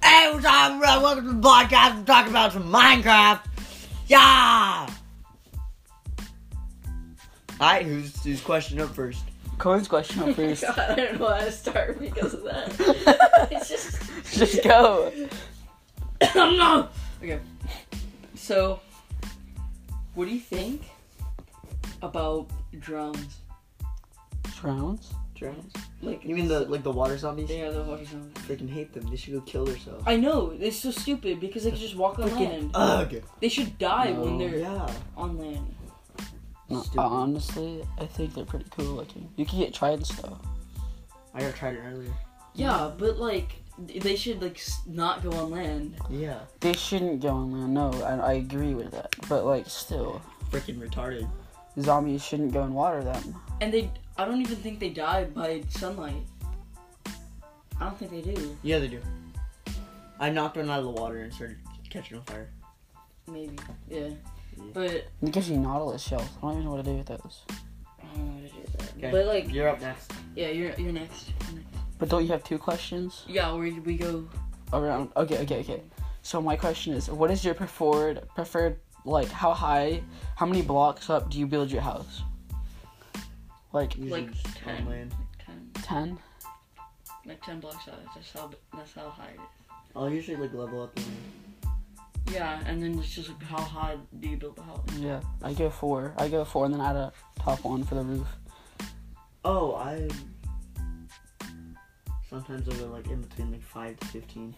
what's up, bro? Welcome to the podcast. We're talking about some Minecraft. Yeah. All right, who's who's question up first? Colin's question up first. God, I don't know how to start because of that. it's just. Just go. no. Okay. So, what do you think about drones? Drowns? Drones? Like You mean the like the water zombies? They are the water zombies. Freaking hate them. They should go kill themselves. I know it's so stupid because they can just walk on land. Ugh. They should die when No. they're Yeah. on land. No, Stupid. honestly, I think they're pretty cool looking. You can get tried and stuff. I got tried it earlier. Yeah, but like they should like s- not go on land. Yeah. They shouldn't go on land. No, I, I agree with that. But like, still, Freaking retarded. zombies shouldn't go in water. Then And they, I don't even think they die by sunlight. I don't think they do. Yeah, they do. I knocked one out of the water and started catching on fire. Maybe. Yeah. But it gives you nautilus shells. I don't even know what to do with those. I don't know how to do that. Okay. But like, You're up next. yeah, you're you're next. You're next. But don't you have two questions Yeah, where did we go? around? Okay, okay, okay. So my question is, what is your preferred preferred like? How high? How many blocks up do you build your house? Like Usually Like just on ten. land. Like ten, ten? like ten blocks out. That's how that's how high it is. I'll usually like level up. And... Yeah, and then it's just like how high do you build the house? Yeah, I go four. I go four, and then add a top one for the roof. Oh, I. Sometimes I'll go like in between like five to fifteen.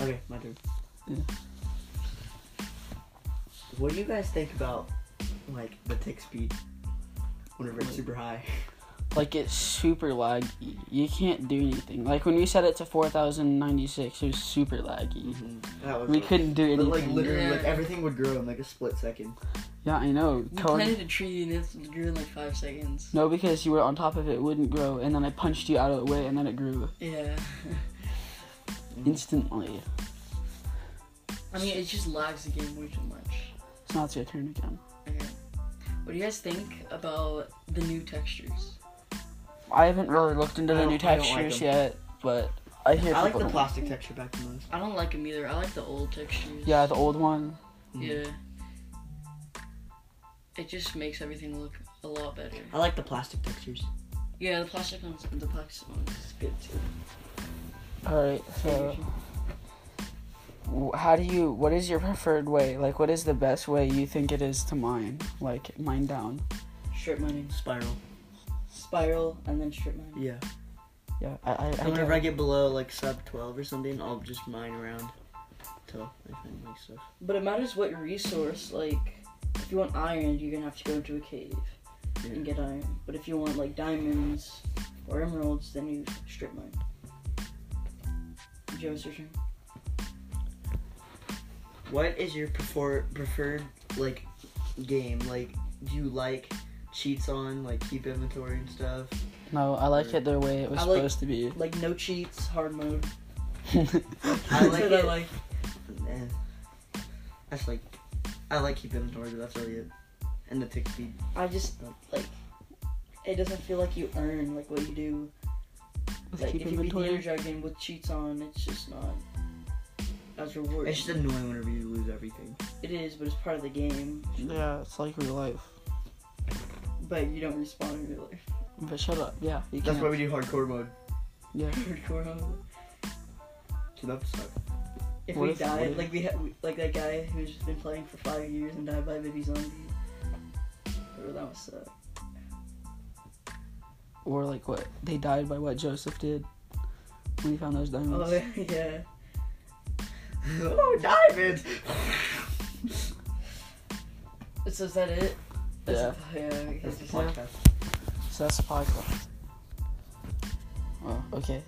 Okay, my turn. Yeah. What do you guys think about like the tick speed? Whenever it's super high. like it's super laggy. You can't do anything. Like when we set it to 4096, it was super laggy. That was Mm-hmm. We rough. couldn't do But anything. like literally, like Yeah. everything would grow in like a split second. yeah, I know. You Colin- planted a tree and it grew in like five seconds. no, because you were on top of it, it wouldn't grow, and then I punched you out of the way, and then it grew Yeah. instantly. I mean, it just lags the game way too much. So now it's your turn again. Okay. What do you guys think about the new textures? I haven't really looked into I the don't- new I don't like textures them. yet, but I hear I like people the don't- plastic texture back the most. I don't like them either. I like the old textures. Yeah, the old one. Yeah. It just makes everything look a lot better. I like the plastic textures. Yeah, the plastic ones, the plastic ones is good too. All right, so. w- How do you? What is your preferred way? Like, what is the best way you think it is to mine? Like, mine down. Strip mining, Spiral. spiral, and then strip mining. Yeah. Yeah, I, I, I And whenever get- I get below like sub twelve or something, I'll just mine around till I find like stuff. But it matters what resource. Like, if you want iron, you're gonna have to go into a cave and get iron. But if you want like diamonds or emeralds, then you strip mine. Joe, it's your turn. What is your prefer- preferred like game? Like, do you like cheats on like keep inventory and stuff? No, I like it the way it was I like- supposed to Like no cheats, hard mode. be. I That's like what it. I like. Eh. That's like, I like keep inventory, but that's really it. And the tick speed. I just like it doesn't feel like you earn like what you do. Like keep if you beat the inventory. Ender Dragon with cheats on, it's just not as rewarding. It's just annoying whenever you lose everything. It is, but it's part of the game. Yeah, it's like real life. But you don't respawn in real life. But shut up. Yeah, you That's can't. why we do hardcore mode. yeah. Hardcore mode. Dude, that sucks. If What we if- what died, if- like we, ha- we like that guy who's just been playing for five years and died by a baby zombie. Oh, that would suck. Or like what they died by what Joseph did when he found those diamonds. Oh yeah. oh, diamonds! So is that it? That's- yeah. I That's guess the it's not- podcast. So that's the podcast. Oh, okay.